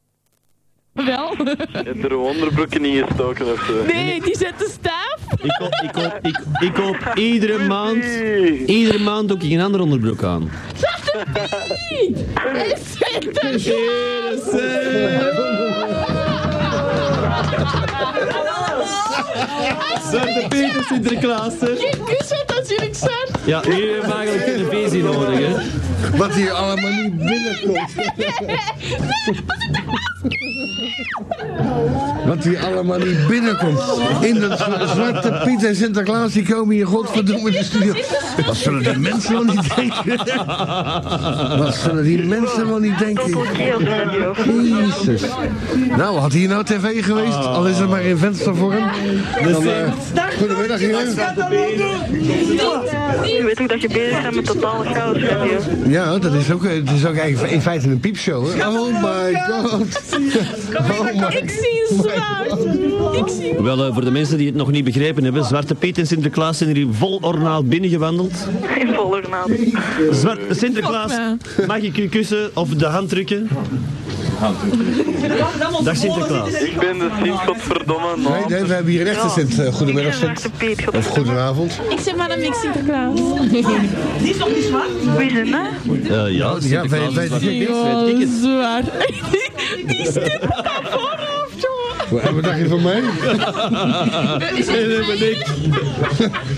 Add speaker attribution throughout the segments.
Speaker 1: Wel?
Speaker 2: Heb er uw onderbroeken in gestoken of zo?
Speaker 1: Nee, die zet de staaf.
Speaker 3: Ik koop, ik koop, ik, ik koop iedere maand,
Speaker 2: Nee.
Speaker 3: iedere maand doe ik een ander onderbroek aan.
Speaker 1: Hij zet de
Speaker 3: Zwarte Peter Sinterklaas. hè.
Speaker 1: kus uit natuurlijk zet.
Speaker 3: Ja, hier hebben we eigenlijk een visie nodig, hè.
Speaker 4: Wat hier allemaal niet binnenkomt. Wat hier allemaal niet binnenkomt. In dat zwa- zwarte Piet en Sinterklaas, die komen hier godverdomme de studio. Wat zullen die mensen wel niet denken? Wat zullen die mensen wel niet denken? Jezus. Nou, had hier nou tv geweest, al is het maar in venstervorm. Dan, eh, goedemiddag, jongens.
Speaker 5: Je weet ook dat je bezig bent met totale chaos, hè, joh.
Speaker 4: Ja, dat is ook, eh, het is ook eigenlijk in feite een piepshow. Hè? Oh my god. Oh my.
Speaker 1: Ik zie een zwaard. Ik zie
Speaker 3: Wel, eh, voor de mensen die het nog niet begrepen hebben, Zwarte Piet en Sinterklaas zijn hier vol ornaat binnengewandeld.
Speaker 5: In volle naam.
Speaker 3: Zwarte Sinterklaas, mag ik u kussen of de hand drukken? Dag Sinterklaas.
Speaker 2: Ik ben de Sint, godverdomme.
Speaker 4: Nee,
Speaker 2: naam.
Speaker 4: nee, we hebben hier recht een Sint. Eh, Goedemiddag Sint.
Speaker 5: Zwarte Piet,
Speaker 4: Of goedenavond.
Speaker 1: Ik zeg maar dat ik Sinterklaas.
Speaker 5: Wie is het, hè?
Speaker 3: Eh, ja,
Speaker 4: Ja,
Speaker 3: Sinterklaas
Speaker 4: wij-
Speaker 3: en
Speaker 4: wij-
Speaker 3: Zwarte Piet,
Speaker 1: Ja,
Speaker 3: weet ik het.
Speaker 1: zwaar. Die, die stipt op haar voorhoofd, jongen.
Speaker 4: En Wat dacht je van mij?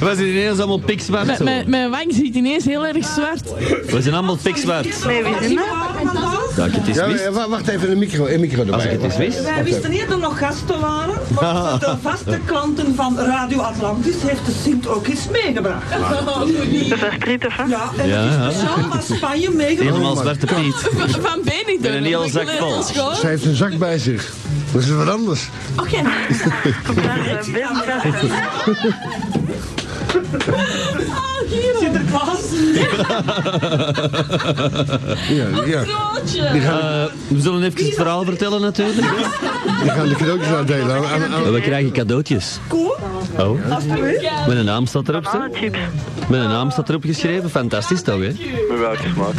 Speaker 3: We zijn ineens allemaal pikzwart. zo.
Speaker 1: Mijn, mijn wang ziet ineens heel erg zwart.
Speaker 3: We zijn allemaal pikzwart.
Speaker 5: Nee, wie is het, hè?
Speaker 3: Dat ik het is
Speaker 4: Ja,
Speaker 3: mis.
Speaker 4: eh, wa- wacht even, een micro, een micro
Speaker 3: Als ik
Speaker 4: erbij.
Speaker 3: het eens wist.
Speaker 6: Wij wisten niet dat er nog gasten waren, maar voor de vaste klanten van Radio Atlantis heeft de Sint ook iets meegebracht.
Speaker 5: De verstriet, hè?
Speaker 6: Ja, en
Speaker 3: Ja,
Speaker 6: het
Speaker 3: ja.
Speaker 6: is speciaal naar Spanje meegebracht.
Speaker 3: Helemaal Zwarte Piet.
Speaker 1: Van Benidorm.
Speaker 3: ben een heel zak vol.
Speaker 4: Zij heeft een zak bij zich. Dat is wat anders.
Speaker 1: Oké.
Speaker 5: Daar zijn best gasten.
Speaker 1: Ah, hier.
Speaker 6: Sinterklaas.
Speaker 4: Ja, ja.
Speaker 1: Broodje.
Speaker 3: Eh, we zullen even het verhaal vertellen natuurlijk.
Speaker 4: Die gaan de cadeautjes uitdelen. Aan, aan, aan-
Speaker 3: We krijgen cadeautjes.
Speaker 6: Koen,
Speaker 3: Oh.
Speaker 6: alsjeblieft.
Speaker 3: Mijn naam staat erop, hè?
Speaker 5: Bananenchips.
Speaker 3: Mijn naam staat erop geschreven. Fantastisch toch, hè?
Speaker 2: Met welke smaak?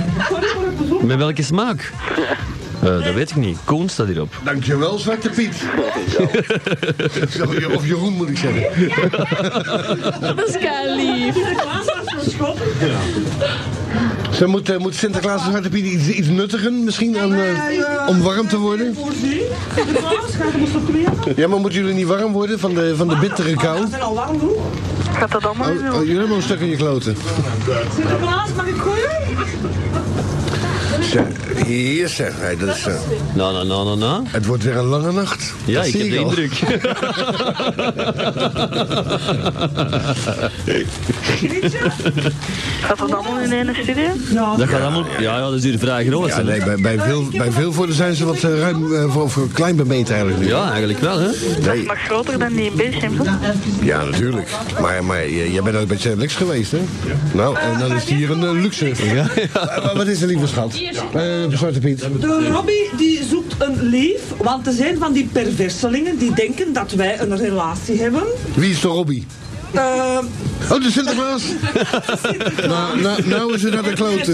Speaker 3: Met welke smaak? Eh, dat weet ik niet. Koen staat hierop.
Speaker 4: Dankjewel, Zwarte Piet. Of Jeroen moet ik zeggen.
Speaker 1: Dat is kei lief.
Speaker 6: Sinterklaas was verschoppen.
Speaker 4: Ze moet, eh, moet Sinterklaas en Zwarte Piet iets, iets nuttigen misschien aan, eh, om warm te worden?
Speaker 6: Voorzien. Sinterklaas, gaat ons nog meer?
Speaker 4: Ja, maar moeten jullie niet warm worden van de, van de bittere kou?
Speaker 6: We zijn al warm genoeg.
Speaker 5: Gaat dat allemaal
Speaker 4: Oh,
Speaker 5: in
Speaker 4: oh, jullie hebben een stuk in je kloten.
Speaker 6: Sinterklaas, mag ik gooien?
Speaker 4: Hier zeg, hij, dat is, eh,
Speaker 3: Na, na, na, na, na.
Speaker 4: het wordt weer een lange nacht.
Speaker 3: Ja,
Speaker 4: Dat
Speaker 3: ik
Speaker 4: zie
Speaker 3: heb de
Speaker 4: al.
Speaker 3: indruk.
Speaker 5: Gaat dat allemaal in één studio?
Speaker 3: Dat gaat allemaal... Ja, ja, dat is hier vrij groot.
Speaker 4: Ja,
Speaker 3: hè.
Speaker 4: nee, bij, bij, veel, bij veel voordelen zijn ze wat eh, ruim eh, voor, voor klein bemeet eigenlijk nu.
Speaker 3: Ja, eigenlijk wel, hè?
Speaker 4: Nee,
Speaker 5: Maar groter dan die in Beerschem, hè?
Speaker 4: ja, natuurlijk. Maar, maar je- jij bent ook bij Chadlix geweest, hè? Nou, en dan is hier een eh, luxe. Eh, maar Wat is er, lieve schat? Eh, Zwarte Piet.
Speaker 6: De Robbie die zoekt een lief, want er zijn van die perverselingen die denken dat wij een relatie hebben.
Speaker 4: Wie is de Robbie?
Speaker 6: Ehm,
Speaker 4: Oh, de Sinterklaas! nou, nou, nou is het naar de kloten.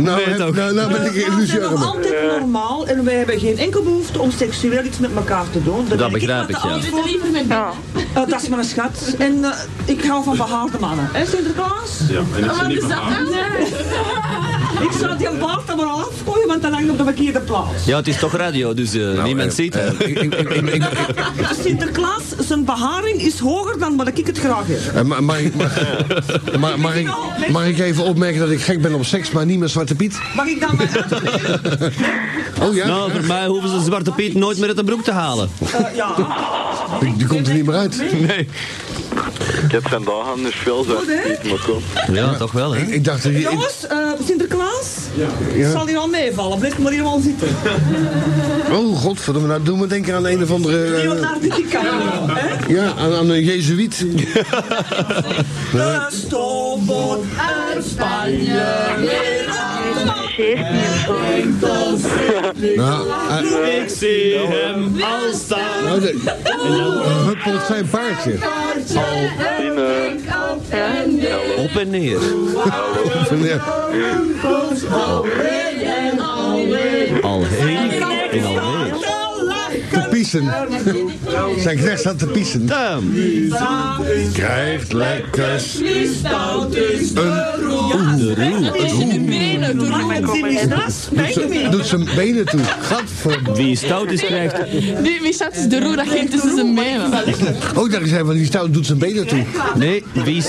Speaker 4: Nou, heb, nou, nou ben ik
Speaker 6: We zijn nog
Speaker 4: illusiearmer.
Speaker 6: altijd normaal en wij hebben geen enkel behoefte om seksueel iets met elkaar te doen.
Speaker 3: Dat
Speaker 6: merk
Speaker 3: begrijp
Speaker 6: met
Speaker 3: ik,
Speaker 6: de
Speaker 3: ja.
Speaker 6: angst voor-
Speaker 1: Liever met
Speaker 5: Ja.
Speaker 6: Eh, dat is mijn schat. En eh, ik hou van behaarde mannen. Hè, Sinterklaas?
Speaker 1: Wat is dat nou?
Speaker 6: Ik zou die baard er maar afgooien, want dan hangt op de verkeerde plaats.
Speaker 3: Ja, het is toch radio, dus eh, niemand ziet het.
Speaker 6: Sinterklaas, zijn beharing is hoger dan wat ik het graag heb.
Speaker 4: Eh, ma- Mag ik- mag- ma- mag ik- mag ik even opmerken dat ik gek ben op seks, maar niet met Zwarte Piet?
Speaker 6: Mag ik dan mijn uitleg?
Speaker 4: Oh ja?
Speaker 3: Nou, voor mij hoeven ze Zwarte Piet nooit meer uit de broek te halen.
Speaker 6: Eh, ja.
Speaker 4: Die, die komt er niet meer uit.
Speaker 3: Nee.
Speaker 2: Ik heb zijn dagen anders dus veel zwarte Piet, maar kom.
Speaker 3: Ja, toch wel, hè?
Speaker 4: Ik dacht, dat je- ik,
Speaker 6: Jongens, eh, Sinterklaas zal hier al meevallen. Blijf maar hier al zitten.
Speaker 4: Eh. oh godverdomme, nou doen we denken aan een of andere... eh,
Speaker 6: Leonardo DiCaprio, hè?
Speaker 4: ja, Eh. aan, aan een jezuïet.
Speaker 6: De stoomboot uit Spanje.
Speaker 5: Scheert niet of zo.
Speaker 4: Nou, eh,
Speaker 3: Ik zie hem al staan.
Speaker 4: nou, de- huppelt zijn paardje.
Speaker 2: In, eh,
Speaker 3: Op en neer.
Speaker 4: Van, ja. pissen. Zijn knecht zat te pissen.
Speaker 3: Damn.
Speaker 4: Krijgt lekkers een
Speaker 1: in de benen. Toen
Speaker 5: Ik kom maar in.
Speaker 4: Doet zijn benen toe. Gadverdamme.
Speaker 3: Wie stout is krijgt...
Speaker 1: Die, wie staat dus de roer dat ging tussen zijn benen?
Speaker 4: Ook dat ik zei van die stout doet zijn benen toe.
Speaker 3: Nee, wie,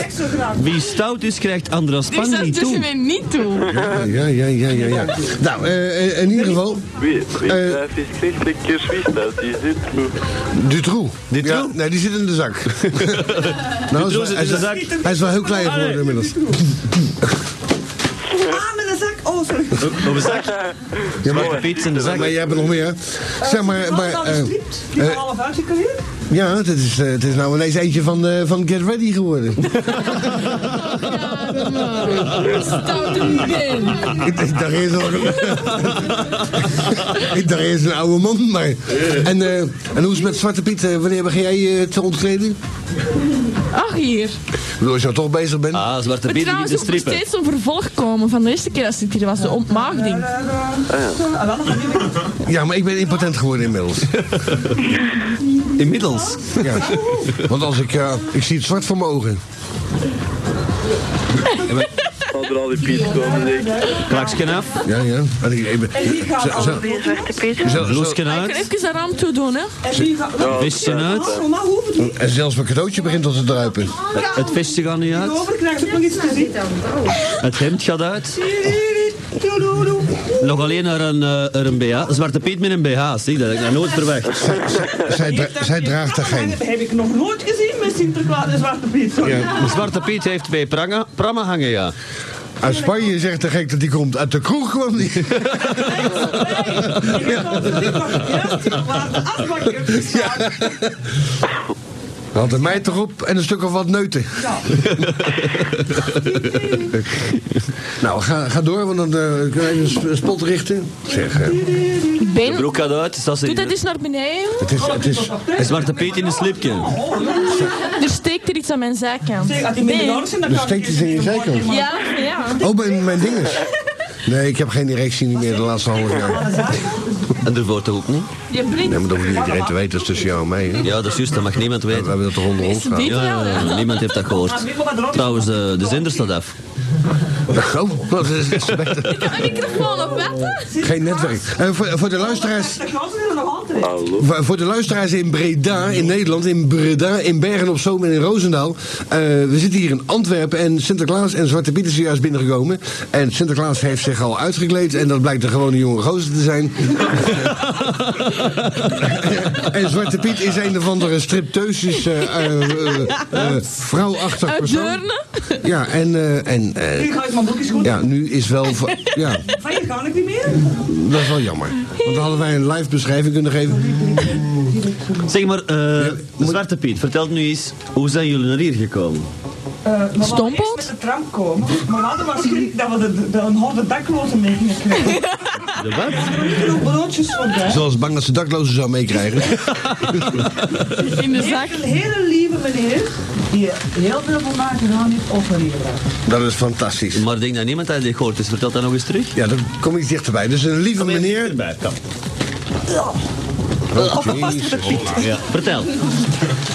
Speaker 3: wie stout is krijgt Andras
Speaker 1: Die
Speaker 3: Spang
Speaker 1: staat
Speaker 3: niet
Speaker 1: tussen
Speaker 3: toe.
Speaker 1: mij niet toe.
Speaker 4: Ja, ja, ja, ja, ja. ja. Nou, eh, eh, in ieder geval,
Speaker 2: Wie, wie
Speaker 4: Eh.
Speaker 2: stuit is christelijk, wie stuit is dit?
Speaker 4: Dutroux.
Speaker 3: Dutroux?
Speaker 4: Ja, nee, die zit in de zak. nou, hij is wel-
Speaker 3: zit in
Speaker 4: hij, is
Speaker 3: de
Speaker 4: wel-
Speaker 3: zak.
Speaker 4: hij is wel heel klein geworden inmiddels.
Speaker 6: Ah, met een zak. Oh, sorry.
Speaker 3: Op een zak.
Speaker 4: Ja,
Speaker 3: Zwarte
Speaker 4: maar,
Speaker 3: Piet in de zak.
Speaker 4: maar jij hebt er nog meer. Zeg maar, maar
Speaker 6: dan
Speaker 4: eh,
Speaker 6: gestript. Die
Speaker 4: eh,
Speaker 6: half uit, kan je?
Speaker 4: ja, het is, eh, het is nou ineens eentje van, eh, van Get Ready geworden.
Speaker 1: Stout in de benen.
Speaker 4: ik, ik dacht eerst al, ik dacht eerst een oude man, maar... En, eh, en hoe is het met Zwarte Piet? Eh, wanneer begin jij eh, te ontkleden?
Speaker 1: Ach, hier.
Speaker 4: Ik bedoel, als je al toch bezig bent.
Speaker 3: Ah, Zwarte
Speaker 1: Maar
Speaker 3: Piet niet
Speaker 1: trouwens
Speaker 3: te
Speaker 1: moet er
Speaker 3: strippen.
Speaker 1: steeds een vervolg komen van de eerste keer dat dit hier was, de
Speaker 6: Eh,
Speaker 1: ontmaagding.
Speaker 4: Ja, maar ik ben impotent geworden inmiddels.
Speaker 3: Inmiddels.
Speaker 4: Ja. Want als ik... eh, ik zie het zwart voor mijn ogen.
Speaker 2: Zal er al die Piet komen, denk ik.
Speaker 3: Klaksken af.
Speaker 4: Ja, ja. En ik, ik ben-
Speaker 6: En die gaat
Speaker 4: zo- zo-
Speaker 5: Weer een zwarte Piet.
Speaker 4: zo- zo-
Speaker 3: Loesken
Speaker 1: Ik kan
Speaker 3: uit.
Speaker 1: even een raam toe doen, hè?
Speaker 6: En die gaat...
Speaker 2: Ja,
Speaker 3: Visje uit.
Speaker 6: Oh, maar hoe bedoel je?
Speaker 4: en zelfs mijn cadeautje begint al te druipen.
Speaker 3: Het vestje gaat niet uit.
Speaker 6: Over krijgt ook nog iets te zien.
Speaker 3: Het hemd gaat uit.
Speaker 6: Doe, doe, doe.
Speaker 3: Nog alleen naar een, eh, er een BH. Zwarte Piet met een BH, zie, dat heb ik nog nooit verwacht.
Speaker 4: Zij, dra- zij draagt er geen.
Speaker 6: Dat heb ik nog nooit gezien met Sinterklaas en Zwarte Piet. Sorry.
Speaker 3: Zwarte Piet heeft twee prangen, prammen hangen, ja.
Speaker 4: Uit Spanje zegt de gek dat die komt. Uit de kroeg kwam die.
Speaker 6: Ik heb al verdiend wat ik juist hier waar de afbak heb gestaan.
Speaker 4: Had een meid erop en een stuk of wat neuten.
Speaker 6: Ja.
Speaker 4: Nou, ga, ga door, want dan eh, kunnen we even een sp- een spot richten. Zeg, eh,
Speaker 3: De
Speaker 1: Ben,
Speaker 3: broek gaat uit, dus dat
Speaker 1: doe
Speaker 3: is
Speaker 1: dat eens naar beneden.
Speaker 4: het is... Het is
Speaker 3: En Zwarte Piet in een slipje.
Speaker 1: Er steekt er iets aan mijn zijkant.
Speaker 6: Oh, Zeg, als die minder nodig zijn, dan
Speaker 4: Er
Speaker 6: kan
Speaker 4: steekt
Speaker 6: ik
Speaker 4: iets Dus in je
Speaker 6: een
Speaker 4: zijkant.
Speaker 6: bordje maken.
Speaker 1: Ja, ja.
Speaker 4: oh, mijn, mijn dinges. Nee, ik heb geen erectie niet meer de laatste half jaar.
Speaker 3: En daarvoor toch ook niet?
Speaker 1: Je brengt
Speaker 4: Nee, maar dat hoeft niet iedereen te weten. Dat is tussen jou en mij. hè.
Speaker 3: Ja, dat is juist, dat mag niemand
Speaker 4: We
Speaker 3: weten.
Speaker 4: hebben dat toch onder ons
Speaker 1: ze dit
Speaker 4: gehad.
Speaker 3: Ja, ja,
Speaker 1: wel,
Speaker 3: ja,
Speaker 1: hè?
Speaker 3: niemand heeft dat
Speaker 6: Maar
Speaker 3: gehoord.
Speaker 6: wie wil wat erop?
Speaker 3: Trouwens, eh, de, de zender staat af.
Speaker 4: Oh, dat is- dat is beter.
Speaker 1: Een microfoon op wetten?
Speaker 4: Geen netwerk. En voor, voor de luisteraars...
Speaker 6: Sinterklaas is er nog altijd.
Speaker 2: Hallo.
Speaker 4: Voor voor de luisteraars in Breda, in Nederland, in Breda, in Bergen op Zoom en in Roosendaal. eh, we zitten hier in Antwerpen en Sinterklaas en Zwarte Piet is zojuist binnengekomen. En Sinterklaas heeft zich al uitgekleed en dat blijkt een gewone jonge gozer te zijn. en Zwarte Piet is een of andere stripteusis eh, eh, eh, eh, vrouwachtig
Speaker 1: Uit
Speaker 4: persoon.
Speaker 1: Deurne?
Speaker 4: Ja, en, eh, en eh,
Speaker 6: Ik ga eens mijn boekjes goed.
Speaker 4: ja, nu is wel... va- Ja,
Speaker 6: Van je kan ik niet meer. Eh,
Speaker 4: dat is wel jammer. Want dan hadden wij een live beschrijving kunnen geven.
Speaker 3: Zeg maar, eh, Zwarte Piet, vertel nu eens, hoe zijn jullie naar hier gekomen?
Speaker 6: Eh, we wilden
Speaker 1: Stompoot?
Speaker 6: eerst met de tram komen, maar we hadden maar schrik dat we de, de, een halve dakloze mee gingen krijgen.
Speaker 3: De wat?
Speaker 6: Er genoeg broodjes voor daar.
Speaker 4: Zoals bang dat ze daklozen zou meekrijgen.
Speaker 1: In de zak.
Speaker 6: Heeft een hele lieve meneer die heel veel voor mij gedaan heeft overgebracht.
Speaker 4: Dat is fantastisch.
Speaker 3: Maar ik denk dat niemand dat dit gehoord heeft, vertel dat nog eens terug.
Speaker 4: Ja, dan kom ik dichterbij. Dus een lieve meneer. Oh, jezus.
Speaker 3: Ja. Vertel.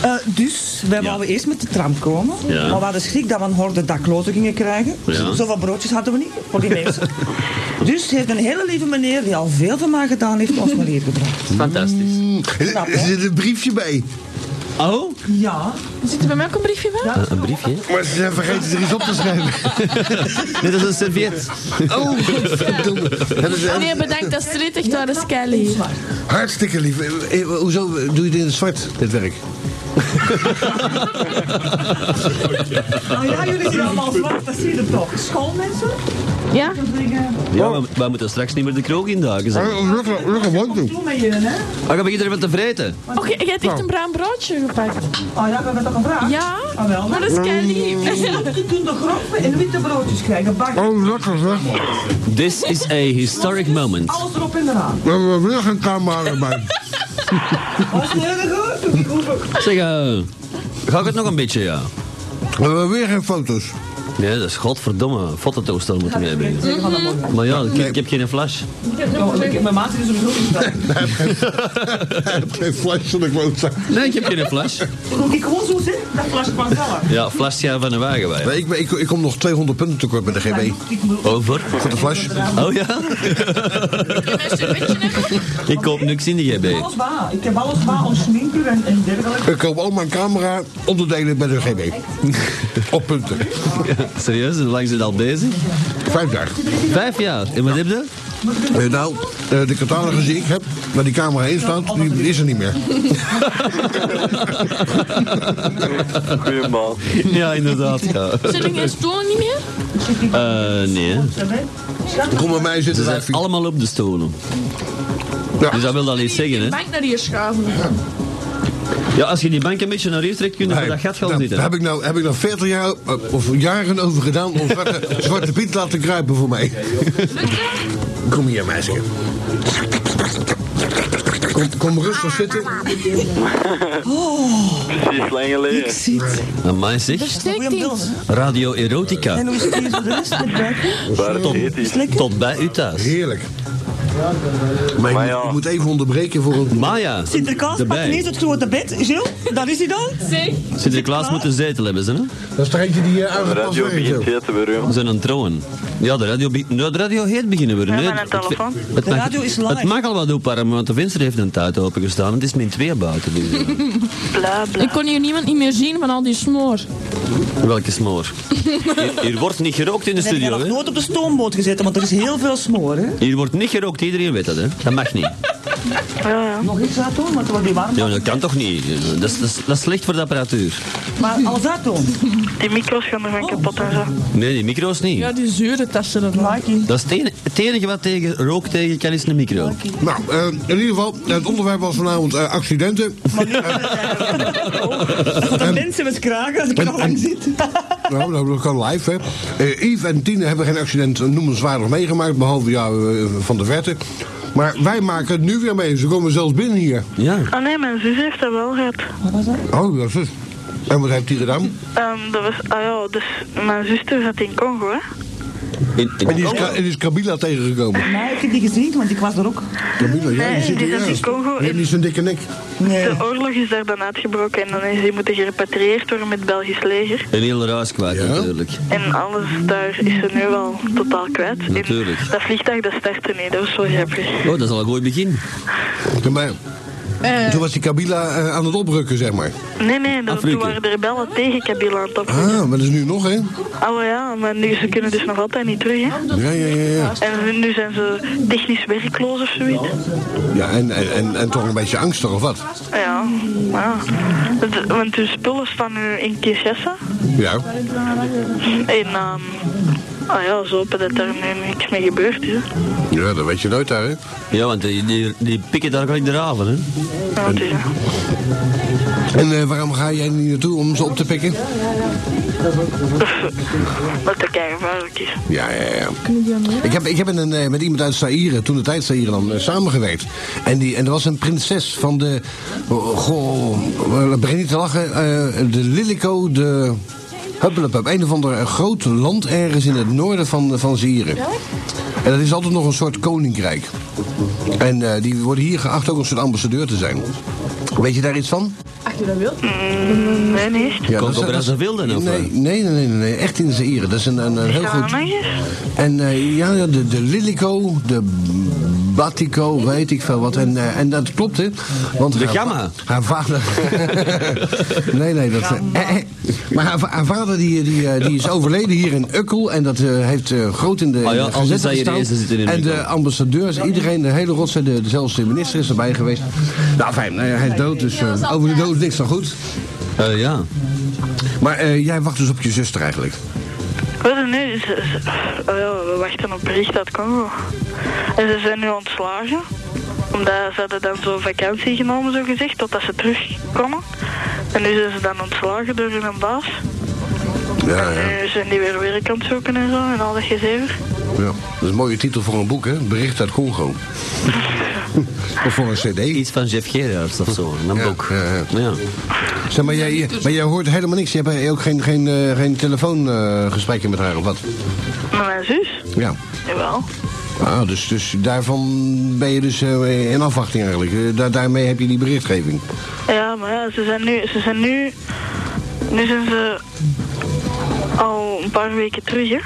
Speaker 6: Eh, dus wij
Speaker 3: Ja.
Speaker 6: wouden eerst met de tram komen.
Speaker 3: Ja.
Speaker 6: Maar we hadden schrik dat we een horde daklozen gingen krijgen.
Speaker 3: Ja.
Speaker 6: Zoveel broodjes hadden we niet voor die mensen. dus heeft een hele lieve meneer die al veel van mij gedaan heeft, ons maar hier gebracht.
Speaker 3: Fantastisch.
Speaker 6: Knap,
Speaker 4: Er
Speaker 6: hè?
Speaker 4: zit een briefje bij.
Speaker 3: Oh?
Speaker 6: Ja,
Speaker 1: Zit er bij mij ook een briefje bij?
Speaker 3: Een briefje?
Speaker 4: Maar ze zijn vergeten er iets op te schrijven.
Speaker 3: Dit is een serviet.
Speaker 4: Oh, godverdomme. Dat is echt
Speaker 1: Nee, bedankt, dat is echt waar de skyline hier.
Speaker 4: hartstikke lief. Eh, eh, Hoezo doe je dit in het zwart, dit werk?
Speaker 6: nou ja, jullie zijn allemaal zwart, dat zie je toch. Schoolmensen?
Speaker 1: Ja?
Speaker 6: Dat brengen
Speaker 3: Ja, maar wij moeten straks niet meer de krook induiken.
Speaker 4: Eh,
Speaker 3: zeg.
Speaker 4: Lekker wandel.
Speaker 6: toe met jullie, hè?
Speaker 3: Ah, ga ik iedereen wat te vreten?
Speaker 1: Oké, jij hebt echt een bruin broodje gepakt.
Speaker 6: Oh ja, we hebben toch een vraag?
Speaker 1: Ja?
Speaker 6: Ah, wel.
Speaker 1: Maar dat is
Speaker 6: Je moet toen de grove en witte broodjes krijgen. Bak,
Speaker 4: Oh, lekker zeg.
Speaker 3: This is a historic moment.
Speaker 6: alles erop en eraan.
Speaker 4: We hebben weer geen camera bij.
Speaker 6: Als je het goed,
Speaker 3: Zeg, eh, ga ik het nog een beetje, ja?
Speaker 4: We hebben weer geen foto's.
Speaker 3: Nee, dat is godverdomme. een Fototoestel moeten we hebben. Maar ja, ik, ik heb geen flash.
Speaker 6: "Oh, Mijn maat is sowieso niet bij.
Speaker 4: Geen flash van de klootzak.
Speaker 3: Nee, ik heb geen flash.
Speaker 6: Ik hoor zo zin dat fles van vallen.
Speaker 3: Ja, flash ja, van de wagen bij.
Speaker 4: Nee, ik, ben- ik, ik kom nog 200 punten tekort bij de GB.
Speaker 3: Over.
Speaker 4: Voor de flash.
Speaker 3: Oh ja? ik koop niks in de
Speaker 6: Ik heb
Speaker 3: GB.
Speaker 6: alles waar. Ik heb alles waar om sminken en, en dergelijke.
Speaker 4: Ik koop al mijn camera onderdelen bij de GB. Op punten.
Speaker 3: Serieus, hoe lang is het al bezig?
Speaker 4: Vijf dagen.
Speaker 3: Vijf jaar. En wat heb je?
Speaker 4: Eh, nou, eh, de catalogus die ik heb, waar die camera in staat, die is er niet meer.
Speaker 7: Goeie bal.
Speaker 3: Ja, inderdaad. Ja.
Speaker 1: Zit je stoel niet meer?
Speaker 3: Eh, nee.
Speaker 4: Kom bij mij zitten.
Speaker 3: Ze
Speaker 4: wij
Speaker 3: zijn
Speaker 4: fietsen.
Speaker 3: allemaal op de stoelen. Dus dat wil dat niet zeggen, hè?
Speaker 1: Bank naar hier schuiven.
Speaker 3: Ja, als je die bank een beetje naar hier trekt, kun je op
Speaker 4: Nee,
Speaker 3: dat gat gaan
Speaker 4: daar
Speaker 3: zitten.
Speaker 4: Heb ik nou, heb ik nou 40 jaar eh, of jaren over gedaan om Zwarte, Zwarte Piet te laten kruipen voor mij. Kom hier, meisje. Kom, kom rustig zitten.
Speaker 7: Precies lang geleden.
Speaker 3: Amai zeg.
Speaker 6: William Dillons.
Speaker 3: Radio Erotica.
Speaker 6: Dus- En hoe is het hier zo de rest met werken?
Speaker 7: Waar heet die?
Speaker 3: Tot bij u thuis.
Speaker 4: Heerlijk. Maar ik,
Speaker 7: Maar
Speaker 4: moet-
Speaker 7: ja.
Speaker 4: ik moet even onderbreken voor een...
Speaker 3: Maya.
Speaker 6: Sinterklaas pakt ineens
Speaker 3: Erbij.
Speaker 6: het grote bed. Gilles, daar is hij dan.
Speaker 1: Zeg,
Speaker 3: Sinterklaas moet een zetel hebben, ze, hè?
Speaker 4: Dat is toch eentje die eh,
Speaker 7: De
Speaker 4: aangepast
Speaker 7: radio
Speaker 4: werkt,
Speaker 7: begint
Speaker 4: joh.
Speaker 7: hier te beroemen.
Speaker 3: Zijn een trouwen. Ja, de radio, be- nou, de radio heet beginnen weer.
Speaker 5: Ja,
Speaker 3: Nee,
Speaker 5: maar een
Speaker 3: het- het-
Speaker 5: telefoon.
Speaker 3: Het
Speaker 6: De
Speaker 3: mag,
Speaker 6: radio is live.
Speaker 3: Het mag al wat opwarmen, want de venster heeft een tijd opengestaan. Het is min twee buiten. Dus, eh,
Speaker 5: Bla bla.
Speaker 1: ik kon hier niemand niet meer zien van al die smoor.
Speaker 3: welke smoor. Hier, hier wordt niet gerookt in de
Speaker 6: Nee, je
Speaker 3: studio,
Speaker 6: mag
Speaker 3: hè?
Speaker 6: nooit op de stoomboot gezet, want er is heel veel smoor. Hè?
Speaker 3: Hier wordt niet gerookt, iedereen weet dat, hè? Dat mag niet.
Speaker 5: Ja, ja.
Speaker 6: Nog iets aan doen, want het wordt weer warm.
Speaker 3: Ja, dat kan toch niet? Dat is, dat is, dat is slecht voor de apparatuur.
Speaker 6: Maar als dat doen,
Speaker 5: Die micro's gaan ervan kapot en zo.
Speaker 3: Nee, die micro's niet.
Speaker 1: Ja, die zure tassen ervan.
Speaker 6: Mikey.
Speaker 3: Dat is het enige, het enige wat tegen rook tegen kan, is een micro.
Speaker 4: Nou, eh, in ieder geval, het onderwerp was vanavond eh, accidenten.
Speaker 6: Dat de mensen met kraken als ik er
Speaker 4: En-
Speaker 6: al lang
Speaker 4: en-
Speaker 6: zit.
Speaker 4: Nou, nou, dat kan live, hè. Eh, Yves en Tine hebben geen accident eh, noemenswaardig meegemaakt, behalve ja, eh, van de verte. Maar wij maken het nu weer mee. Ze komen zelfs binnen hier.
Speaker 3: Ja.
Speaker 5: Ah nee, mijn zus heeft dat wel gehad.
Speaker 4: Oh, dat is het. En wat heeft hij gedaan?
Speaker 5: Ehm, dat was, ah ja, dus mijn zuster zat in Congo, hè.
Speaker 3: In, in-
Speaker 4: En die is, Ka- en die is Kabila tegengekomen.
Speaker 6: Nee, ik heb die gezien, want ik was er ook.
Speaker 4: Kabila, ja, die
Speaker 5: Nee,
Speaker 4: zit hier
Speaker 5: die zat in
Speaker 4: juist.
Speaker 5: dus Congo
Speaker 4: Die heeft
Speaker 5: en-
Speaker 4: niet zo'n dikke nek.
Speaker 6: Nee.
Speaker 5: De oorlog is daar dan uitgebroken en dan is die moeten gerepatrieerd worden met Belgisch leger.
Speaker 3: een heel ruis kwijt,
Speaker 4: Ja.
Speaker 3: natuurlijk.
Speaker 5: En alles daar is ze nu al totaal kwijt. En
Speaker 3: Natuurlijk.
Speaker 5: dat vliegtuig dat startte niet, dat was wel grappig.
Speaker 3: Oh, dat is al een goed begin.
Speaker 4: Ja, maar
Speaker 1: Eh.
Speaker 4: Toen was die Kabila eh, aan het oprukken, zeg maar.
Speaker 5: Nee, nee, dat,
Speaker 3: Afrika.
Speaker 5: toen waren de rebellen tegen Kabila aan het oprukken.
Speaker 4: Ah, maar dat is nu nog, hè?
Speaker 5: Oh ja, maar nu, ze kunnen dus nog altijd niet terug, hè.
Speaker 4: Ja, ja, ja. Ja,
Speaker 5: En nu zijn ze technisch werkloos of zoiets. Ah,
Speaker 4: ja en, en, en, en toch een beetje angstig, of wat?
Speaker 5: Ja, ja. Het- Want hun spullen staan nu in Kinshasa.
Speaker 4: Ja.
Speaker 5: En, ehm ah ja, zo hopen dat er nu niks mee gebeurd is. hè.
Speaker 4: Ja, dat weet je nooit, daar, hè?
Speaker 3: Ja, want die, die, die pikken daar gelijk de raven, hè?
Speaker 5: Ja, het is, ja.
Speaker 4: En eh, waarom ga jij niet naartoe om ze op te pikken?
Speaker 5: Dat dat kei gevaarlijk is.
Speaker 4: Ja, ja, ja. Ik heb, ik heb met, een, eh, met iemand uit Saïre, toen de tijd Saïre dan, eh, samengewerkt. En, die, en er was een prinses van de... oh, Goh, eh, begin niet te lachen. eh, de Lilico, de... Huppelepup, een of ander eh, groot land ergens in het noorden van, van Zaire. En dat is altijd nog een soort koninkrijk. En eh, die worden hier geacht ook een soort ambassadeur te zijn. Weet je daar iets van?
Speaker 1: Ach, je dat wilt?
Speaker 5: Nee, niet.
Speaker 4: Ja,
Speaker 3: Congo
Speaker 4: dat is-
Speaker 3: Brazzaville, of
Speaker 4: Nee,
Speaker 3: wat?
Speaker 4: nee, nee, nee, nee, echt in Zaire. Dat is een, een, een heel
Speaker 5: Ja,
Speaker 4: goed...
Speaker 5: nog eens.
Speaker 4: En eh, ja, ja, de, de Lilico, de Batico, weet ik veel wat. En, eh, en dat klopt, hè? Want
Speaker 3: De
Speaker 4: haar
Speaker 3: gamma.
Speaker 4: va- Haar vader. nee, nee, dat. eh, eh. maar haar, va- haar vader die, die, eh, die is overleden hier in Ukkel. En dat eh, heeft eh, groot in de.
Speaker 3: Oh ja,
Speaker 4: in de
Speaker 3: al die
Speaker 4: gazetten
Speaker 3: Zairezen
Speaker 4: gestaan.
Speaker 3: zitten in
Speaker 4: En de
Speaker 3: Ukkel.
Speaker 4: ambassadeurs, iedereen, de hele rotzooi, de, de- zelfs de minister is erbij geweest. Nou, fijn, nou ja, hij is dood, dus eh, over de dood niks dan goed.
Speaker 3: Eh, ja.
Speaker 4: Maar eh, jij wacht dus op je zuster eigenlijk.
Speaker 5: Wat nu? Ze, ze- oh ja, we wachten op bericht uit Congo. En ze zijn nu ontslagen. Omdat ze hadden dan zo vakantie genomen, zo gezegd, totdat ze terugkomen. En nu zijn ze dan ontslagen door hun baas.
Speaker 4: Ja,
Speaker 5: En nu zijn die weer werk aan het zoeken en zo, en al dat gezever.
Speaker 4: Ja. Dat is een mooie titel voor een boek, hè? Bericht uit Congo. of voor een cd.
Speaker 3: Iets van Jeff Gerards of zo, in een
Speaker 4: Ja,
Speaker 3: boek.
Speaker 4: ja, ja.
Speaker 3: Ja.
Speaker 4: Zeg, maar, jij, maar jij hoort helemaal niks. Je hebt ook geen, geen, eh, geen telefoongesprekken met haar of wat?
Speaker 5: Met mijn zus?
Speaker 4: Ja.
Speaker 5: Jawel.
Speaker 4: Ah, dus, dus daarvan ben je dus eh, in afwachting eigenlijk. Eh, daar, daarmee heb je die berichtgeving.
Speaker 5: Ja, maar ja, ze zijn nu... Ze zijn nu, nu zijn ze al een paar weken terug, hè.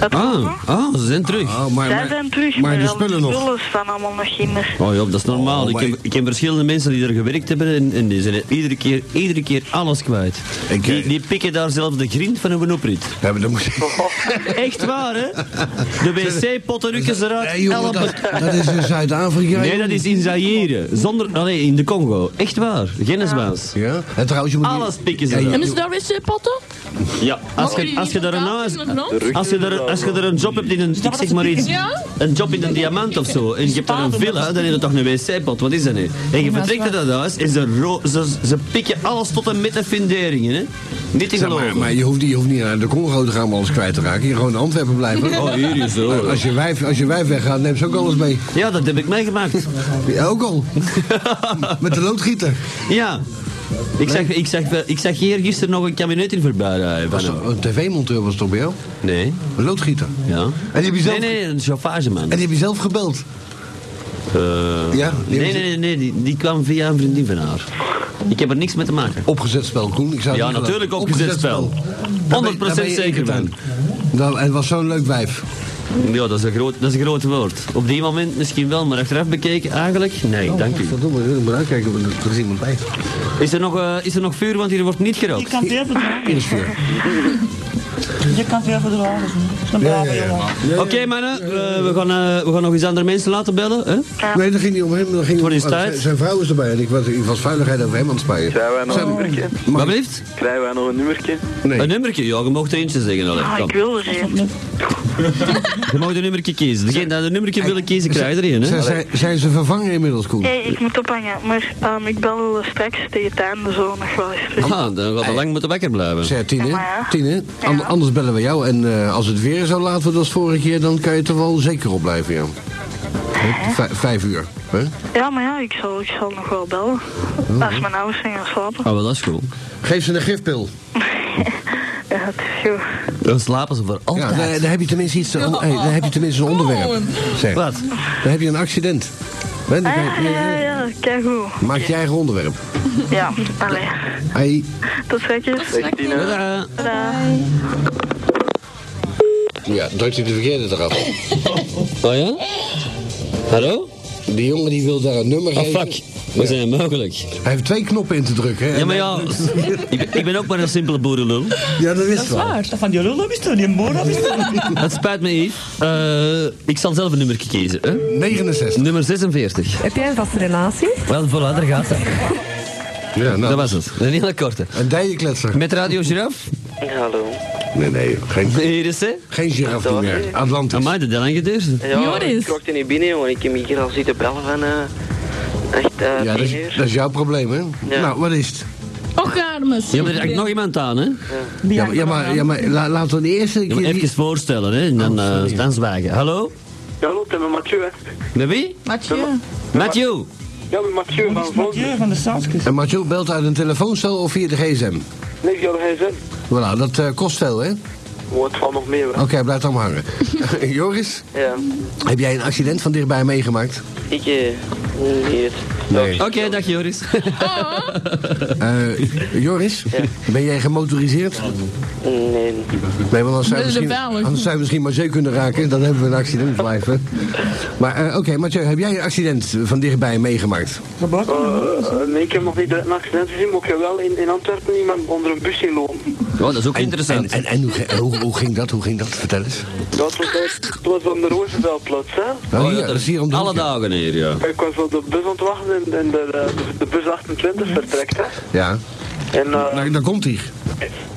Speaker 5: Uit Congo.
Speaker 3: Ah, ah, ze zijn terug.
Speaker 4: Oh, maar,
Speaker 5: Zij zijn terug,
Speaker 4: maar de
Speaker 5: al
Speaker 4: spullen nog.
Speaker 5: staan allemaal nog in. er.
Speaker 3: Oh ja, dat is normaal.
Speaker 4: Oh,
Speaker 3: ik,
Speaker 4: maar
Speaker 3: ken,
Speaker 4: ik-
Speaker 3: ik ken verschillende mensen die er gewerkt hebben en, en die zijn iedere keer, iedere keer alles kwijt.
Speaker 4: Ik,
Speaker 3: die,
Speaker 4: eh,
Speaker 3: die pikken daar zelf de grind van hun oprit.
Speaker 4: Ja, maar dan moet
Speaker 5: Oh,
Speaker 4: je...
Speaker 3: Echt waar, hè? De wc-potten rukken ze eruit.
Speaker 4: Nee, jongen,
Speaker 3: elke-
Speaker 4: dat, dat is in Zuid-Afrika.
Speaker 3: Nee, dat is in Zaire. Zonder, allee, in de Congo. Echt waar. Geen Spaans.
Speaker 4: Ja? En trouwens, je moet niet-
Speaker 3: Alles pikken ze
Speaker 4: Ja, je-
Speaker 3: eruit.
Speaker 1: Hebben ze daar wc-potten?
Speaker 3: Ja, als
Speaker 1: Mogen
Speaker 3: je,
Speaker 1: jullie
Speaker 3: als je
Speaker 1: niet
Speaker 3: daar een
Speaker 1: vertalen
Speaker 3: huis...
Speaker 1: in het land?
Speaker 7: De rug
Speaker 3: Als je, daar, als je daar een job hebt in een, ik zeg maar iets,
Speaker 1: Ja?
Speaker 3: een job in een diamant of zo, en je hebt daar een villa, dan heb je toch een wc-pot, wat is dat nu? En je vertrekt naar dat huis en ze, ro- ze, ze pikken alles tot en met de funderingen, hè? Niet te
Speaker 4: Zeg maar,
Speaker 3: geloven.
Speaker 4: maar je, hoeft niet, je hoeft niet naar de Congo te gaan om alles kwijt te raken. Je gewoon in Antwerpen blijven.
Speaker 3: Oh, hier is zo.
Speaker 4: Als je, wijf, als je wijf weggaat, neem ze ook alles mee.
Speaker 3: Ja, dat heb ik meegemaakt.
Speaker 4: Ja, Ook al. Met de loodgieter.
Speaker 3: Ja. Ik zag, ik, zag, wel- ik zag hier gisteren nog een kabinet in voorbij rijden.
Speaker 4: Was
Speaker 3: van
Speaker 4: toch-
Speaker 3: hem.
Speaker 4: een tv-monteur was het toch bij jou?
Speaker 3: Nee,
Speaker 4: Een loodgieter.
Speaker 3: ja.
Speaker 4: En die heb je zelf,
Speaker 3: Nee, nee, een chauffageman.
Speaker 4: En die heb je zelf gebeld?
Speaker 3: Eh,
Speaker 4: ja? die heb je
Speaker 3: Nee, nee, nee, nee die, die kwam via een vriendin van haar. Ik heb er niks mee te maken.
Speaker 4: Opgezet spel, Koen. Ik zou het
Speaker 3: Ja,
Speaker 4: niet geloven.
Speaker 3: natuurlijk opgezet spel.
Speaker 4: Daar ben je-
Speaker 3: 100%
Speaker 4: daar ben je
Speaker 3: zeker
Speaker 4: in
Speaker 3: van.
Speaker 4: gedaan. Nou, en het was zo'n leuk wijf.
Speaker 3: Ja, dat is, een groot, dat is een groot woord. Op die moment misschien wel, maar achteraf bekeken eigenlijk, nee, dank u.
Speaker 4: Verdomme, ik moet uitkijken, want er is iemand bij.
Speaker 3: Is er, nog, eh, is er nog vuur, want hier wordt niet
Speaker 6: Je
Speaker 3: gerookt.
Speaker 6: kan het weer verdragen. Je kan het weer verdragen. Dat is een brave jongen.
Speaker 3: Oké mannen, eh, we, gaan, eh, we gaan nog eens andere mensen laten bellen. Hè?
Speaker 4: Nee, dat ging niet om hem. Dat ging
Speaker 3: Voor die
Speaker 4: om-
Speaker 3: tijd.
Speaker 4: zijn- Zijn vrouw is erbij en ik was, ik was veiligheid over hem aan het spijen.
Speaker 7: Zijn wij nog een nummertje?
Speaker 3: Wat blijft?
Speaker 7: Krijgen wij nog een nummertje?
Speaker 4: Nee.
Speaker 3: Een nummertje? Ja, je mag er eentje zeggen. Allee,
Speaker 5: Ah,
Speaker 3: kom.
Speaker 5: ik wil er een.
Speaker 3: Je mag een nummertje kiezen. Degene die een nummertje willen kiezen, krijgt er een. Hè?
Speaker 4: Zijn, zijn, zijn ze vervangen inmiddels, Koen?
Speaker 5: Hey, ik moet ophangen, maar ehm, ik bel wel straks tegen het einde zo nog wel eens Dus, terug.
Speaker 3: Ah, dan gaat er lang moeten wekker blijven.
Speaker 4: Zeg, Tine,
Speaker 5: Ja, maar ja.
Speaker 4: Tine an-
Speaker 5: Ja.
Speaker 4: anders bellen we jou. En eh, als het weer zo laat wordt als vorige keer, dan kan je er wel zeker op blijven, ja. Vij- vijf uur. Hè?
Speaker 5: Ja, maar ja, ik zal, ik zal nog wel bellen. Als mijn ouders zijn gaan slapen.
Speaker 3: Ah, wel, dat is goed.
Speaker 4: Geef ze een gifpil.
Speaker 5: Ja, het is goed.
Speaker 3: Dan slapen ze voor
Speaker 4: Ja,
Speaker 3: altijd.
Speaker 4: dan, dan heb je tenminste iets. Hey, dan heb je tenminste een onderwerp. Zeg,
Speaker 3: Wat?
Speaker 4: dan heb je een accident. Hè, dan
Speaker 5: Ah,
Speaker 4: kan
Speaker 5: ja,
Speaker 4: je-
Speaker 5: ja, ja, kijk hoe.
Speaker 4: Maak je eigen onderwerp.
Speaker 5: Ja, allee.
Speaker 4: Hey.
Speaker 5: Tot straks.
Speaker 7: Zeg
Speaker 2: eh.
Speaker 7: Tina.
Speaker 3: Tada.
Speaker 4: Ja, drukt hij de verkeerde eraf.
Speaker 3: Oh ja? Hallo?
Speaker 4: Die jongen die wil daar een nummer
Speaker 3: Ah,
Speaker 4: geven.
Speaker 3: fuck. We zijn mogelijk.
Speaker 4: Oh, Hij heeft twee knoppen in te drukken. Hè?
Speaker 3: Ja, maar ja, ik, ik ben ook maar een simpele boerenlul.
Speaker 4: Ja, dat wist wel.
Speaker 6: Van die lullen is er, die moren is er.
Speaker 3: Het spijt me, Yves. Eh, ik zal zelf een nummer kiezen. Hè?
Speaker 4: 69.
Speaker 3: Nummer 46.
Speaker 8: Heb jij een vaste relatie?
Speaker 3: Wel, voilà, daar gaat het.
Speaker 4: Ja, nou.
Speaker 3: Dat was het. Een hele korte.
Speaker 4: Een dijenkletser.
Speaker 3: Met Radio Giraffe.
Speaker 7: Hallo.
Speaker 4: Nee, nee. Geen,
Speaker 3: Hier is ze.
Speaker 4: geen giraf niet meer. Atlantis.
Speaker 3: Amai, dat is lang geduurd.
Speaker 2: Ja,
Speaker 8: Joris.
Speaker 2: ik krookte niet binnen, jongen. Ik heb me hier al zitten bellen van eh echt eh
Speaker 4: Ja, dat
Speaker 2: tien
Speaker 4: is,
Speaker 2: uur.
Speaker 4: dat is jouw probleem, hè?
Speaker 2: Ja.
Speaker 4: Nou, wat is het?
Speaker 1: Och, armes.
Speaker 3: Ja, maar er hangt nog iemand aan, hè?
Speaker 4: Ja, maar- ja, maar, ja, maar la- laten we de eerste
Speaker 3: Je moet
Speaker 4: keer...
Speaker 3: even voorstellen, hè? En dan, eh, dan zwijgen. Hallo?
Speaker 2: Hallo, het is met Mathieu, hè.
Speaker 3: Met wie?
Speaker 1: Mathieu.
Speaker 3: Mathieu.
Speaker 2: Ja, met Mathieu van Vond.
Speaker 6: Mathieu van de Saskes.
Speaker 4: En Mathieu belt uit een telefooncel of via de gsm.
Speaker 2: Nee, ja, hij zin.
Speaker 4: Voilà, dat eh, kost veel, hè? Oké,
Speaker 2: Oh, het valt nog meer, hè.
Speaker 4: blijf dan maar hangen. Joris,
Speaker 2: Ja.
Speaker 4: heb jij een accident van dichtbij meegemaakt?
Speaker 2: Ik, eh, niet.
Speaker 4: Nee.
Speaker 3: Oké, dag Joris.
Speaker 4: Eh, Joris, ben jij gemotoriseerd?
Speaker 2: Nee.
Speaker 4: Nee, want anders
Speaker 1: Ben
Speaker 4: zou, je
Speaker 1: je
Speaker 4: misschien,
Speaker 1: veilig?
Speaker 4: anders zou je misschien maar zee kunnen raken. Dan hebben we een accident blijven. Maar eh, oké, Mathieu, heb jij een accident van dichtbij meegemaakt?
Speaker 6: Geboorte van de
Speaker 2: Eh, eh, nee, ik heb nog niet direct een accident gezien, maar ik heb wel in, in Antwerpen iemand onder een bus zien lopen.
Speaker 3: Oh, dat is ook interessant.
Speaker 4: En, en, en hoe, ge- hoe, hoe ging dat? Hoe ging dat? Vertel eens.
Speaker 2: Dat was, dat, was van de Roosenveldplatz, hè.
Speaker 4: Nou,
Speaker 3: Oh,
Speaker 4: hier,
Speaker 3: dat
Speaker 4: dat is hier om de
Speaker 3: alle
Speaker 4: hoek, ja.
Speaker 3: dagen hier, ja.
Speaker 2: Ik was op de bus aan het wachten en, en de, de, de bus 28 vertrekt, hè.
Speaker 4: Ja,
Speaker 2: En, eh,
Speaker 4: nou, daar komt hij.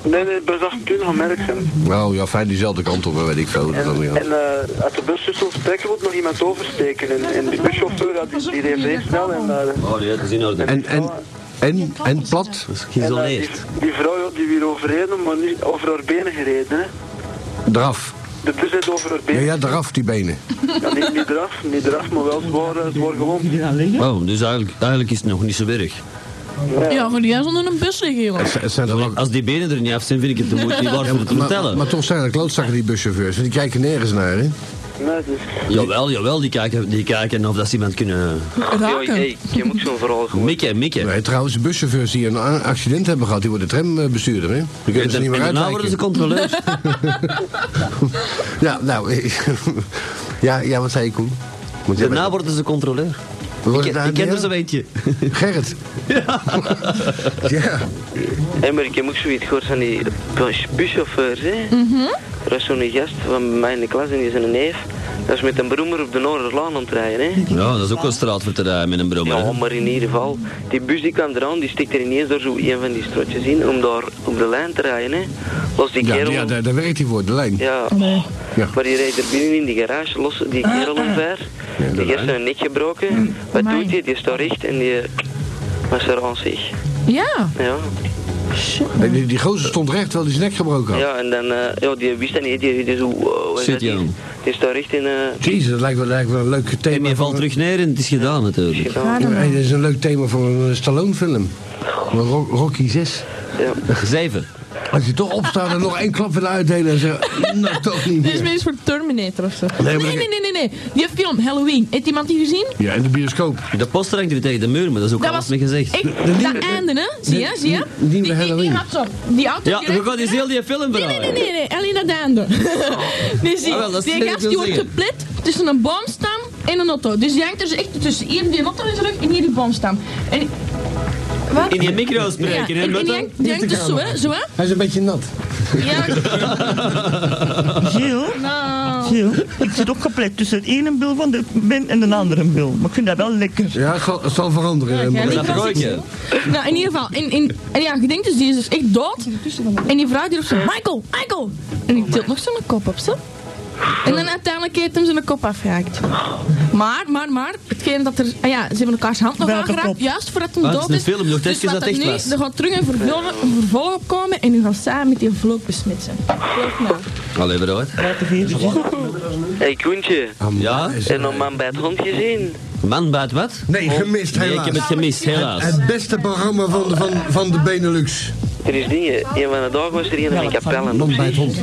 Speaker 2: nee, nee, bus 28 gaan merk zijn.
Speaker 4: Nou ja, fijn diezelfde kant op, weet ik veel.
Speaker 2: En,
Speaker 4: Dat dan weer.
Speaker 2: en eh, uit de buswissel vertrekken moet nog iemand oversteken. En, en die buschauffeur had, die die reed vrij snel. En, eh, en,
Speaker 3: Oh, nee, dat is in orde.
Speaker 4: En, en, en, en plat?
Speaker 2: eh, die,
Speaker 3: Geïsoleerd.
Speaker 2: die vrouw ja, die weer overreden, maar niet over haar benen gereden. Hè.
Speaker 4: Draf.
Speaker 2: de bus heeft over haar
Speaker 4: Ja,
Speaker 2: been.
Speaker 4: ja, eraf die benen.
Speaker 2: Ja, niet, niet eraf, niet eraf, maar wel zwaar, eh, zwaar gewond.
Speaker 3: Oh, dus eigenlijk, eigenlijk is het nog niet zo erg.
Speaker 1: Ja, maar die is onder een bus liggen, jongen.
Speaker 4: Het zijn- Het zijn toch ook...
Speaker 3: Als die benen er niet af zijn, vind ik het de moeite niet waard om het te
Speaker 4: Maar,
Speaker 3: Oh, vertellen.
Speaker 4: maar toch zijn er klootzakken die buschauffeurs. want Die kijken nergens naar, hè?
Speaker 2: Nee, dus...
Speaker 3: Jawel, jawel, die kijken, die kijken of dat ze iemand kunnen
Speaker 1: Raken.
Speaker 8: hey, je moet zo'n verhaal gewoon.
Speaker 3: mikken, mikken.
Speaker 4: Nee, trouwens, de buschauffeurs die een a- accident hebben gehad, die worden trambestuurder, hè? Die
Speaker 3: En
Speaker 4: kunnen ze
Speaker 3: dan-
Speaker 4: niet meer
Speaker 3: en daarna worden ze
Speaker 4: uitwijken.
Speaker 3: controleurs.
Speaker 4: Ja, nou... ja, ja, wat zei je, Koen? Want jij
Speaker 3: Daarna
Speaker 4: bent-
Speaker 3: worden ze controleur.
Speaker 4: Wordt
Speaker 3: Ik,
Speaker 4: het daar
Speaker 3: ik ken
Speaker 4: niet,
Speaker 3: er
Speaker 4: hè?
Speaker 3: zo'n eentje.
Speaker 4: Gerrit. Ja.
Speaker 8: Hé, maar ik heb ook zoiets gehoord van die bus- buschauffeurs, hè. Er was zo'n gast van bij mij in de klas en die is een neef. Dat is met een broemer op de Noorderlaan aan het rijden, hè.
Speaker 3: Ja, dat is ook wel straat voor te rijden met een brommer.
Speaker 8: Ja,
Speaker 3: hè.
Speaker 8: maar in ieder geval, die bus die kwam eraan, die stikt er ineens door zo een van die strotjes in om daar op de lijn te rijden, hè. Los die
Speaker 4: Ja,
Speaker 8: kerel...
Speaker 4: ja, daar, daar werkt hij voor, de lijn.
Speaker 8: Ja.
Speaker 1: Nee.
Speaker 4: Ja.
Speaker 8: Maar die rijdt er binnen in die garage, los die kerel omver. die heeft zijn nek gebroken. Wat
Speaker 1: Amai.
Speaker 8: doet hij? Die staat recht en die was er aan zich.
Speaker 1: Ja.
Speaker 8: Ja.
Speaker 3: Oh.
Speaker 4: Nee, Die, die gozer stond recht, wel die zijn nek gebroken had.
Speaker 8: ja, en dan, eh, ja, die wist dat niet. Die, die, zo, eh, hoe is
Speaker 3: Zit
Speaker 8: dat
Speaker 3: hij
Speaker 8: hier?
Speaker 3: aan?
Speaker 8: Die staat recht in... eh
Speaker 4: Jezus, dat lijkt wel, lijkt wel een leuk thema.
Speaker 3: En je
Speaker 4: voor
Speaker 3: valt
Speaker 4: een-
Speaker 3: terug neer en het is gedaan natuurlijk.
Speaker 8: gedaan.
Speaker 1: Ja, dan
Speaker 4: Hey, dat is een leuk thema voor een eh, Stallone-film. Voor Ro- Rocky 6.
Speaker 8: ja.
Speaker 3: Zeven.
Speaker 4: Als je toch opstaat en nog één klap wil uitdelen en zegt, nou toch niet
Speaker 1: Dit is
Speaker 4: meer.
Speaker 1: minstens voor Terminator of zo.
Speaker 4: maar
Speaker 1: Nee,
Speaker 4: ik-
Speaker 1: nee, nee, nee, nee. Die film, Halloween. Heeft iemand die gezien?
Speaker 4: Ja, in de bioscoop.
Speaker 3: De post hangt hier tegen de muur, maar dat is ook
Speaker 1: Dat
Speaker 3: alles
Speaker 1: was-
Speaker 3: mee gezegd.
Speaker 1: Ik,
Speaker 4: nieuwe-
Speaker 1: dat einde, hè? Zie je,
Speaker 4: de-
Speaker 1: zie je?
Speaker 4: de nieuwe Halloween.
Speaker 1: Die had zo. Die auto.
Speaker 3: Ja,
Speaker 1: die
Speaker 3: we
Speaker 1: rijdt-
Speaker 3: gaan eens heel die film
Speaker 1: Nee, nee, nee,
Speaker 3: draaien.
Speaker 1: nee, nee, alleen dat einde. Nee, zie je,
Speaker 3: Ah, wel, dat is
Speaker 1: die
Speaker 3: wat ik
Speaker 1: gast
Speaker 3: wil
Speaker 1: die wordt
Speaker 3: zeggen.
Speaker 1: geplit tussen een boomstam en een auto. Dus die hangt dus echt tussen hier die auto in zijn rug en hier die boomstam. En, wat?
Speaker 3: In je micro
Speaker 1: ja,
Speaker 3: spreken,
Speaker 1: en,
Speaker 3: hè,
Speaker 1: en die
Speaker 3: Lotte?
Speaker 1: hangt, die hangt dus zo, hè? Zo, hè?
Speaker 4: Hij is een beetje nat.
Speaker 1: Ja,
Speaker 9: Geel,
Speaker 1: nou.
Speaker 9: geel. Het zit ook geplet tussen de ene bil van de bin en de andere bil. Maar ik vind dat wel lekker.
Speaker 4: Ja, het zal, het zal veranderen.
Speaker 1: Ja,
Speaker 4: eh,
Speaker 1: jij
Speaker 4: maar-
Speaker 3: Dat rooikje.
Speaker 1: Nou, in ieder geval. En, en, en ja, je denkt dus, die is dus echt dood. En die vraagt hier op zijn Michael, Michael. En die tilt nog zijn kop op ze. En dan uiteindelijk heeft hem zijn kop afgehaakt. Maar, maar, maar, hetgeen dat er... ah ja, ze hebben elkaars hand nog
Speaker 9: Welke
Speaker 1: aangeraakt,
Speaker 9: kop?
Speaker 1: juist voordat hij
Speaker 3: Ah, het
Speaker 1: dood
Speaker 3: is
Speaker 1: is.
Speaker 3: een film, nog
Speaker 1: dus
Speaker 3: netjes
Speaker 1: wat
Speaker 3: dat het
Speaker 1: er
Speaker 3: echt
Speaker 1: nu,
Speaker 3: was.
Speaker 1: er gaat terug een vervolg, een vervolg op komen en u gaat samen met die vloek besmetsen. Geloof me.
Speaker 3: Allee, vooruit.
Speaker 8: Hey, Koentje.
Speaker 4: Ah,
Speaker 3: Ja?
Speaker 8: En een man bij het hond gezien.
Speaker 3: Man baat wat?
Speaker 4: Nee, gemist
Speaker 3: Nee, ik
Speaker 4: helaas.
Speaker 3: heb het gemist, helaas.
Speaker 4: Het beste programma van de, van, van de Benelux.
Speaker 8: Er is dingen. Een van de dagen was er een van de kapellen.
Speaker 4: Man bij het hond.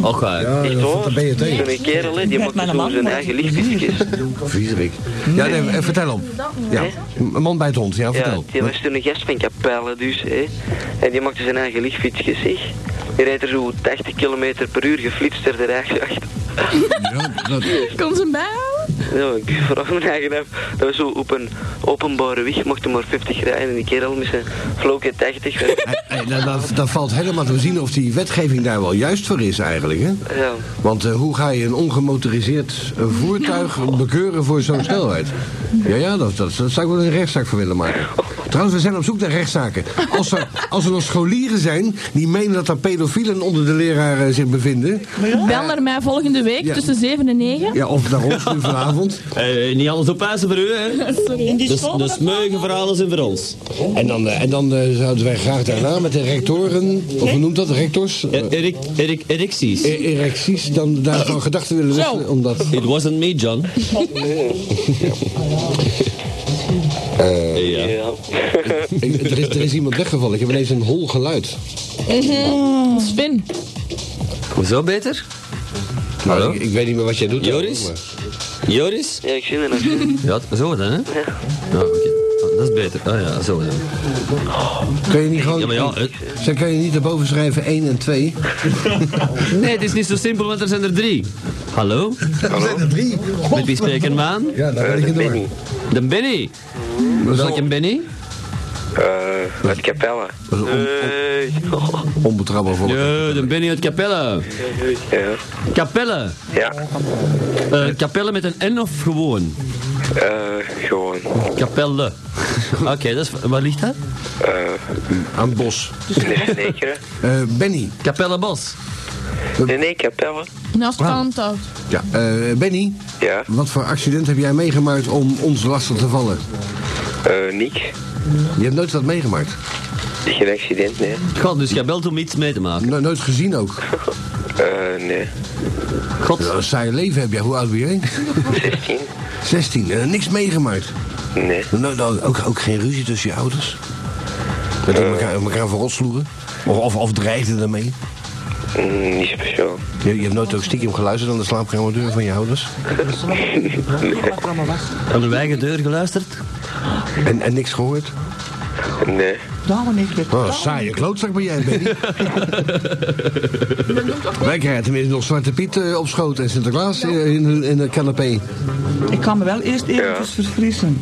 Speaker 3: Och, eh, ga.
Speaker 4: Ja,
Speaker 8: Echt
Speaker 4: eh, van
Speaker 8: hoor.
Speaker 4: de BNT.
Speaker 8: Zo'n kerel, hè, die
Speaker 9: Ik
Speaker 8: maakt
Speaker 9: ben
Speaker 8: zo
Speaker 9: een
Speaker 8: zijn
Speaker 9: man.
Speaker 8: eigen lichtjes.
Speaker 4: Viezerik. Ja, nee, eh, vertel op. Ja. Een Man bij het hond, ja,
Speaker 8: Ja,
Speaker 4: vertel.
Speaker 8: die was toen een gast van Capelle dus, hè. En die maakte zijn eigen lichtfietsjes, zeg. Die rijdt er zo 80 km per uur geflitst er de rijksjacht.
Speaker 4: Ja, dat-
Speaker 1: Kon ze hem bijhouden?
Speaker 8: Ja, ik vraag me eigen af. Dat was zo op een openbare weg, mocht hij maar 50 rijden. En die kerel met zijn floken 80. hè.
Speaker 4: Eh, eh, nou, dat, dat valt helemaal te zien of die wetgeving daar wel juist voor is eigenlijk. Hè?
Speaker 8: Ja.
Speaker 4: Want eh, hoe ga je een ongemotoriseerd eh, voertuig bekeuren voor zo'n snelheid? Ja, ja, dat, dat, dat zou ik wel een rechtszaak voor willen maken. Trouwens, we zijn op zoek naar rechtszaken. Als er, als er nog scholieren zijn die menen dat er pedofielen onder de leraren zich bevinden...
Speaker 1: Bel naar mij volgende week
Speaker 4: Ja.
Speaker 1: tussen 7 en 9.
Speaker 4: Ja, of naar ons nu vanavond.
Speaker 3: Eh, niet alles oppassen voor u, hè?
Speaker 9: In die
Speaker 3: Dus
Speaker 9: school,
Speaker 3: de
Speaker 9: dat-
Speaker 3: smeugen voor alles en voor ons.
Speaker 4: En dan, eh, en dan eh, zouden wij graag daarna met de rectoren... Of hoe noemt dat? Rectors? eh,
Speaker 3: Eh, Erik, Erik, erecties.
Speaker 4: e- erecties, dan daarvan gedachten willen wisselen. Omdat...
Speaker 3: It wasn't me, John. Eh, ja.
Speaker 8: Ja.
Speaker 4: Ik- er, is, er is iemand weggevallen. Ik heb ineens een hol geluid.
Speaker 9: Oh.
Speaker 1: Spin.
Speaker 3: Hoezo beter?
Speaker 4: Nou,
Speaker 3: Hallo?
Speaker 4: Ik, ik weet niet meer wat jij doet.
Speaker 3: Joris?
Speaker 4: Maar-
Speaker 3: Joris?
Speaker 8: ja, ik zie dat natuurlijk.
Speaker 3: Ja, t- zo dan, hè? Ja. oké. Ah, dat is beter. Ah ja, zo dan.
Speaker 4: Kun je niet gewoon...
Speaker 3: Ja, maar ja, het-
Speaker 4: Zij kan je niet erboven schrijven 1 en 2.
Speaker 3: Nee, het is niet zo simpel, want er zijn er drie. Hallo?
Speaker 4: Er zijn er drie.
Speaker 3: Met wie spreken we aan?
Speaker 4: Ja, daar ben ik
Speaker 8: Dat
Speaker 4: het
Speaker 8: ben
Speaker 4: door.
Speaker 8: ik.
Speaker 3: De Benny. Welke Benny?
Speaker 8: Eh, Uit Capelle. Hey. Oh,
Speaker 4: Onbetrouwbaar voor.
Speaker 3: Eh, Ja, de Benny uit Capelle.
Speaker 8: Ja.
Speaker 3: Capelle.
Speaker 8: Ja.
Speaker 3: Eh, Capelle met een N of gewoon?
Speaker 8: Eh, gewoon.
Speaker 3: Capelle. Oké, dat is, waar ligt dat?
Speaker 8: Eh,
Speaker 4: Aan het bos.
Speaker 8: nee, nee, hè.
Speaker 4: Eh, Benny.
Speaker 3: Capelle Bos.
Speaker 8: nee, nee, Capelle.
Speaker 1: Naast Kalmthout.
Speaker 4: Ja. eh, Benny,
Speaker 8: Ja.
Speaker 4: wat voor accident heb jij meegemaakt om ons lastig te vallen?
Speaker 8: Eh, Niek.
Speaker 4: Je hebt nooit wat meegemaakt.
Speaker 8: Geen accident, nee.
Speaker 3: God, dus jij belt om iets mee te maken.
Speaker 4: No- nooit gezien ook.
Speaker 2: Eh, nee.
Speaker 4: God. Een saai leven heb jij. Hoe oud ben jij?
Speaker 2: 16?
Speaker 4: 16. En niks meegemaakt?
Speaker 2: Nee.
Speaker 4: Nou, nou, ook, ook geen ruzie tussen je ouders? Dat die elkaar, elkaar verrot sloegen? Of, of, of dreigden daarmee?
Speaker 2: Mm, niet speciaal.
Speaker 4: Je, je hebt nooit ook stiekem geluisterd aan de slaapkamerdeur van je ouders?
Speaker 3: Aan de eigen deur geluisterd?
Speaker 4: En, en niks gehoord?
Speaker 2: Nee.
Speaker 9: Daarom niks meer.
Speaker 4: Oh, saaie klootzak ben jij, Benny. Wij krijgen tenminste nog Zwarte Piet eh, op schoot en Sinterklaas eh, in, hun- in de canapé.
Speaker 9: Ik kan me wel eerst eventjes verfrissen.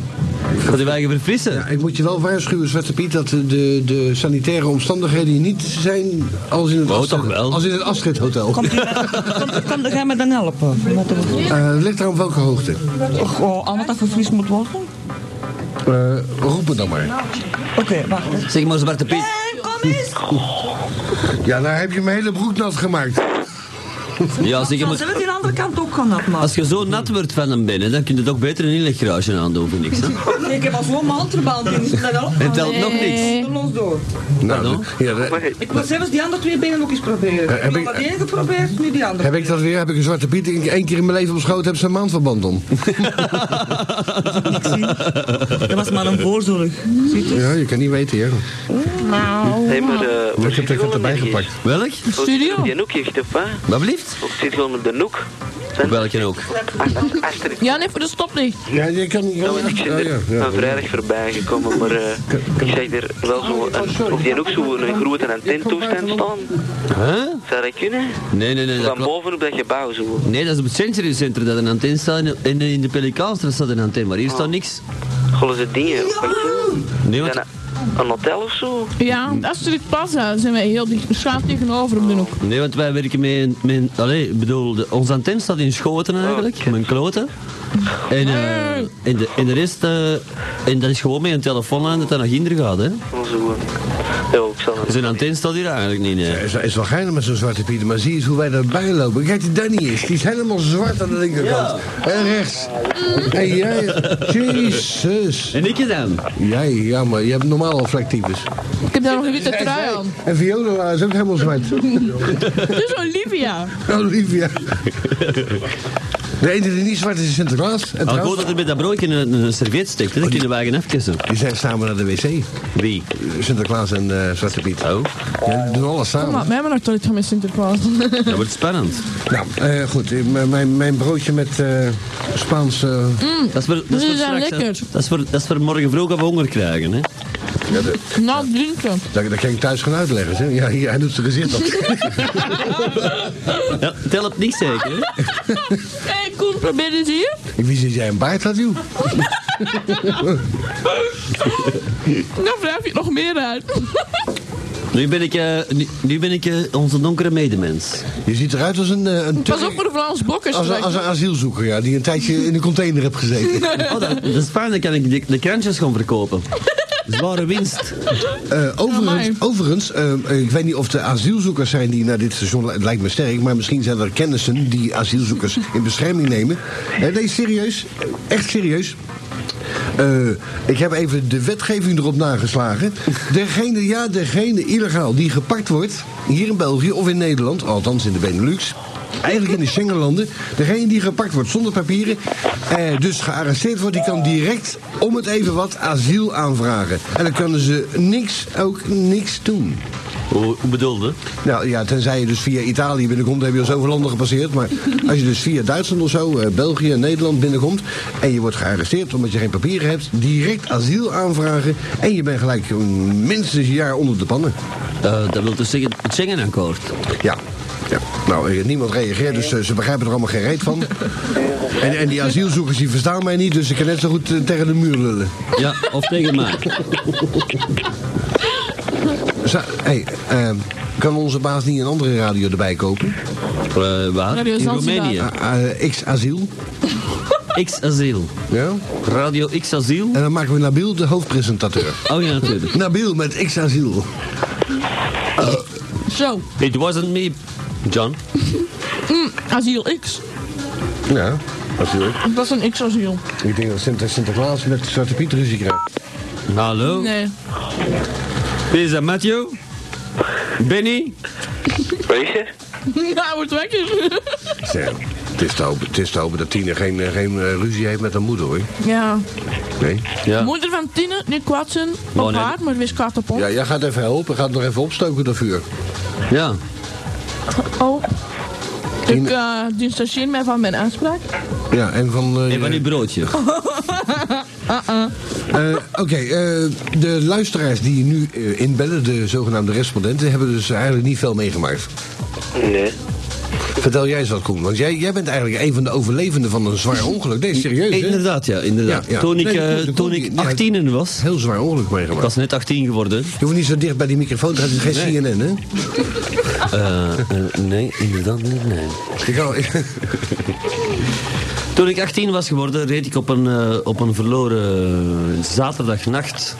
Speaker 3: Gaat die eigen verfrissen?
Speaker 4: Ja, ik moet je wel waarschuwen, Zwarte Piet, dat de, de sanitaire omstandigheden hier niet zijn als in het,
Speaker 3: Oh,
Speaker 4: afsched-
Speaker 3: toch wel.
Speaker 4: Als in het afschedhotel.
Speaker 9: Komt u met, kom, kom, ga me dan helpen? Met de-
Speaker 4: Eh, het ligt er op welke hoogte?
Speaker 9: Och, oh, al wat dat verfrist moet worden?
Speaker 4: Eh roep me dan maar.
Speaker 9: Oké, wacht. hè.
Speaker 3: Zeg maar Zwarte Piet.
Speaker 6: En Eh, kom eens!
Speaker 4: Ja, nou heb je mijn hele broek nat gemaakt.
Speaker 3: Ja, zeg je
Speaker 6: Dan
Speaker 3: moet...
Speaker 6: zullen we die andere kant ook gaan afmaken.
Speaker 3: Als je zo nat wordt van hem binnen, dan kun je het ook beter een inleggarage aandoen voor niks. Hè?
Speaker 6: Ik heb al voor mijn handterbal in
Speaker 3: En telt nog niks.
Speaker 6: Dan los door.
Speaker 4: Nou, ja, dat-
Speaker 8: eh,
Speaker 2: Maar,
Speaker 6: Ik wil zelfs die andere twee benen ook eens proberen.
Speaker 4: heb
Speaker 6: ik heb
Speaker 4: ik-
Speaker 6: al die één geprobeerd, nu die andere.
Speaker 4: heb ik dat weer? Heb ik een Zwarte Piet één één keer in mijn leven op schoot, heb ze een maandverband om.
Speaker 9: Dat was maar een voorzorg. Ziet u?
Speaker 4: Ja, je kan niet weten, ja.
Speaker 8: Hey, maar, eh,
Speaker 4: Ik
Speaker 8: waar
Speaker 4: heb
Speaker 8: zit
Speaker 4: het
Speaker 8: je
Speaker 4: erbij gepakt.
Speaker 3: Welk?
Speaker 1: Studio.
Speaker 8: Op die noek echt, of wat?
Speaker 3: Wat blieft?
Speaker 8: Of zit je gewoon op de noek? Ah,
Speaker 3: Op welke ook.
Speaker 8: Ast- Astrid.
Speaker 1: Ja, nee, voor de stoplicht.
Speaker 4: Ja, je kan niet.
Speaker 8: Nou, want ik ben
Speaker 4: Ah, ja, ja,
Speaker 8: er
Speaker 4: ja.
Speaker 8: van vrijdag voorbij gekomen, maar eh, ik zag er wel zo een, op die hoek zo een grote antentoestand staan.
Speaker 3: Huh?
Speaker 8: Zou dat kunnen?
Speaker 3: Nee, nee, nee. Dat
Speaker 8: Van
Speaker 3: klopt.
Speaker 8: boven op dat gebouw zo.
Speaker 3: Nee, dat is op het Century Center dat een antenne staat. en In, in de Pelikaanstraat staat een antenne, maar hier staat niks.
Speaker 8: Gollen ze dingen. Wat is dat?
Speaker 3: Nee,
Speaker 8: Is
Speaker 3: want...
Speaker 8: dat Een een hotel of zo?
Speaker 1: Ja, Astrid Plaza zijn wij heel dicht, schuin tegenover op de hoek.
Speaker 3: Nee, want wij werken met... een- met een- allee, ik bedoel, de, onze antenne staat in Schoten eigenlijk,
Speaker 8: Oh, kut.
Speaker 3: mijn kloten. En, eh, en, de, en de rest... eh, en dat is gewoon met een telefoon aan dat dat naar Ginder gaat, hè.
Speaker 8: Of zo. eh, Ja, ik zal
Speaker 3: Dus een antenne staat hier eigenlijk niet, nee.
Speaker 4: Is, is wel geinig met zo'n zwarte Piet, maar zie eens hoe wij daarbij lopen. Kijk, die Danny is, die is helemaal zwart aan de linkerkant. En rechts. En jij, jezus.
Speaker 3: En ik dan?
Speaker 4: Jij, ja, maar je hebt normaal al vlektypes.
Speaker 1: Ik heb daar nog een witte trui aan.
Speaker 4: En Viola is ook helemaal zwart.
Speaker 1: Dit is Olivia.
Speaker 4: Olivia. De enige die niet zwart is, is Sinterklaas.
Speaker 3: Al goed
Speaker 4: En trouwens,
Speaker 3: Oh, dat er bij dat broodje een, een servet steekt, hè. dat kunnen wij gaan afkussen.
Speaker 4: die zijn samen naar de wc.
Speaker 3: Wie?
Speaker 4: Sinterklaas en eh, Zwarte Piet.
Speaker 3: Oh,
Speaker 4: Ja, die doen alles
Speaker 1: Kom maar,
Speaker 4: samen.
Speaker 1: mij maar naar Toilet van mijn Sinterklaas.
Speaker 3: dat wordt spannend.
Speaker 4: Nou, eh, goed. eh, m- Mijn, mijn broodje met eh, Spaans... eh,
Speaker 1: Hm?
Speaker 3: Dat is voor, dat
Speaker 1: Die
Speaker 3: is voor
Speaker 1: zijn
Speaker 3: straks, hè.
Speaker 1: lekker.
Speaker 3: Dat is voor, dat is voor morgen vroeg of honger krijgen, hè.
Speaker 4: ja, de-
Speaker 1: Nou, drinken.
Speaker 4: Dat, dat kan ik thuis gaan uitleggen. Hè? Ja, hier, hij doet zijn gezicht op.
Speaker 3: Ja, het helpt niks zeker, hè.
Speaker 1: Hé, hey, Koen, probeer eens hier.
Speaker 4: ik wist dat jij een baard had, joh.
Speaker 1: Dan wrijf je het nog meer uit.
Speaker 3: Nu ben ik, eh, nu, nu ben ik eh, onze donkere medemens.
Speaker 4: Je ziet eruit als een, eh, een
Speaker 1: Pas
Speaker 4: Turk,
Speaker 1: op voor de Frans Bokkers.
Speaker 4: als, een- als een
Speaker 1: straks.
Speaker 4: asielzoeker, ja, die een tijdje in een container hebt gezeten.
Speaker 3: Oh, dat, dat is fijn, dan kan ik de, de krantjes gaan verkopen. Zware winst.
Speaker 4: Eh,
Speaker 1: Amai.
Speaker 4: overigens, overigens eh, eh, ik weet niet of de asielzoekers zijn die naar dit station... Het lijkt me sterk, maar misschien zijn er kennissen die asielzoekers in bescherming nemen. Eh, nee, serieus. Echt serieus. Eh, ik heb even de wetgeving erop nageslagen. Degene, ja, degene illegaal die gepakt wordt, hier in België of in Nederland, althans in de Benelux, eigenlijk in de Schengenlanden, degene die gepakt wordt zonder papieren, eh, dus gearresteerd wordt, die kan direct om het even wat asiel aanvragen. En dan kunnen ze niks, ook niks doen.
Speaker 3: Hoe, hoe bedoelde?
Speaker 4: Nou ja, tenzij je dus via Italië binnenkomt, dan heb je al zoveel landen gepasseerd. Maar als je dus via Duitsland of zo, eh, België, Nederland binnenkomt. en je wordt gearresteerd omdat je geen papieren hebt. direct asiel aanvragen. en je bent gelijk mm, minstens een jaar onder de pannen.
Speaker 3: Eh, dat wil dus zeggen het Schengen-akkoord.
Speaker 4: Ja. Ja, nou, eh, niemand reageert, dus eh, ze begrijpen er allemaal geen reet van. En, en die asielzoekers die verstaan mij niet, dus ik kan net zo goed eh, tegen de muur lullen.
Speaker 3: Ja, of tegen mij.
Speaker 4: Zo, hey, eh, kan onze baas niet een andere radio erbij kopen?
Speaker 3: Eh, waar?
Speaker 1: Radio
Speaker 3: In
Speaker 1: Zanzibar.
Speaker 3: Roemenië.
Speaker 4: Eh, eh, X-asiel,
Speaker 3: Ah. X-asiel.
Speaker 4: ja?
Speaker 3: Radio X-asiel.
Speaker 4: En dan maken we Nabil de hoofdpresentateur.
Speaker 3: Oh ja, natuurlijk.
Speaker 4: Nabil met X-asiel.
Speaker 1: Zo,
Speaker 3: It wasn't me, John.
Speaker 1: asiel X.
Speaker 4: Ja, asiel.
Speaker 1: Dat is een X-asiel.
Speaker 4: Ik denk dat Sinter Sinterklaas met Zwarte Piet ruzie krijgt.
Speaker 3: Nou, Hallo.
Speaker 1: Nee.
Speaker 3: Dit is eh, Matthew. Benny.
Speaker 2: Wat is er?
Speaker 1: Ja, hij wordt weg.
Speaker 4: Zeg, het is te hopen, het is te hopen dat Tine geen, eh, geen eh, ruzie heeft met haar moeder, hoor.
Speaker 1: Ja.
Speaker 4: Nee?
Speaker 1: Moeder van Tine, niet kwaad zijn op
Speaker 4: Oh, nee.
Speaker 1: haar, maar wees kwaad op ons.
Speaker 4: Ja, jij gaat even helpen. Gaat nog even opstoken, dat vuur. Ja.
Speaker 1: Oh. Ik eh distancieer mij van mijn aanspraak.
Speaker 4: Ja, en van... eh,
Speaker 3: En van uw broodje.
Speaker 1: Uh-uh.
Speaker 4: Eh, Oké, eh, de luisteraars die nu eh, inbellen, de zogenaamde respondenten, hebben dus eigenlijk niet veel meegemaakt.
Speaker 8: Nee.
Speaker 4: Vertel jij eens wat, Koen. Want jij, jij bent eigenlijk een van de overlevenden van een zwaar ongeluk. Nee, serieus, hè?
Speaker 3: Eh, Inderdaad, ja, inderdaad. Toen ik, eh, toen ik
Speaker 4: 18
Speaker 3: was...
Speaker 4: Heel zwaar ongeluk meegemaakt.
Speaker 3: Ik was net 18 geworden.
Speaker 4: Je hoeft niet zo dicht bij die microfoon te gaan, het is geen CNN, hè?
Speaker 3: Eh, nee, inderdaad niet, nee. Toen ik 18 was geworden, reed ik op een, eh, op een verloren zaterdagnacht,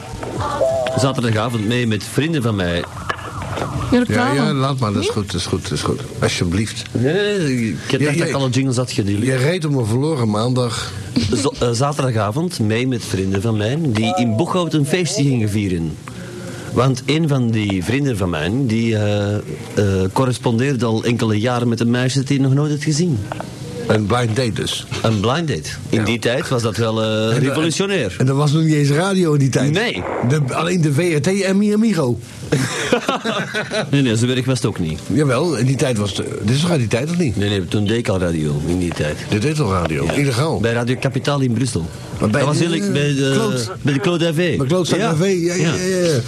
Speaker 3: zaterdagavond mee met vrienden van mij.
Speaker 4: Ja, ja, laat maar, dat is goed, dat is goed, dat is goed. Alsjeblieft.
Speaker 3: Nee, nee, nee, ik dacht dat ik alle jingles had gedeeld.
Speaker 4: Je reed om een verloren maandag.
Speaker 3: eh, zaterdagavond mee met vrienden van mij die in Boeghout een feestje gingen vieren. Want een van die vrienden van mij, die eh, eh, correspondeerde al enkele jaren met een meisje dat hij nog nooit had gezien.
Speaker 4: Een blind date dus?
Speaker 3: Een blind date. In die tijd was dat wel eh, revolutionair.
Speaker 4: En er was nog niet eens radio in die tijd. Nee. alleen de VRT en Mi Amigo.
Speaker 3: Nee, nee, zo werk was het ook niet.
Speaker 4: Jawel, in die tijd was het... eh, Dit is toch uit die tijd of niet?
Speaker 3: Nee, nee, toen deed ik al radio, in die tijd.
Speaker 4: Dit deed al radio? Illegaal?
Speaker 3: Bij Radio Kapitaal in Brussel. dat was eerlijk bij de, bij de Claude Davé.
Speaker 4: Bij Claude
Speaker 3: Ja. eh,
Speaker 4: Davé, ja, ja, ja. ja.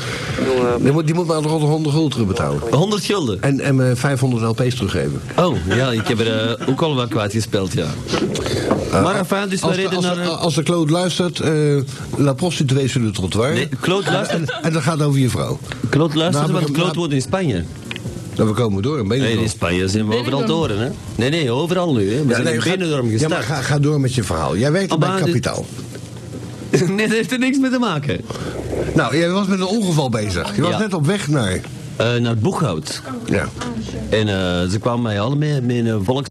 Speaker 4: Die, moet, die moet maar nog 100 gulden terugbetalen.
Speaker 3: 100 gulden?
Speaker 4: En, en eh, me 500 LP's teruggeven.
Speaker 3: Oh, ja, ik heb er eh, ook al wat kwijtgespeeld, ja. maar enfin, dus we
Speaker 4: Eh, als, de-
Speaker 3: reden
Speaker 4: als,
Speaker 3: naar...
Speaker 4: de- eh, als de Claude luistert, eh la prostituée sur le trottoir.
Speaker 3: Nee, Claude luistert-
Speaker 4: En, en dat gaat over je vrouw.
Speaker 3: Claude luistert,
Speaker 4: eh, Nou,
Speaker 3: want
Speaker 4: maar-
Speaker 3: Claude woont in Spanje.
Speaker 4: Nou, we komen door, in Benidorm.
Speaker 3: Nee, in Spanje zijn we overal door, hè. Nee, nee, overal nu, hè. We
Speaker 4: Ja,
Speaker 3: zijn
Speaker 4: nee,
Speaker 3: in
Speaker 4: ga-
Speaker 3: Benidorm
Speaker 4: Ja,
Speaker 3: gestart.
Speaker 4: maar ga, ga door met je verhaal. Jij werkt
Speaker 3: Ah,
Speaker 4: bij
Speaker 3: maar dit-
Speaker 4: Kapitaal.
Speaker 3: nee, dat heeft er niks mee te maken.
Speaker 4: Nou, jij was met een ongeval bezig. Je was
Speaker 3: Ja.
Speaker 4: net op weg naar...
Speaker 3: Eh, naar Boeghout.
Speaker 4: Ja.
Speaker 3: En eh, ze kwamen mij allemaal mee in een volks...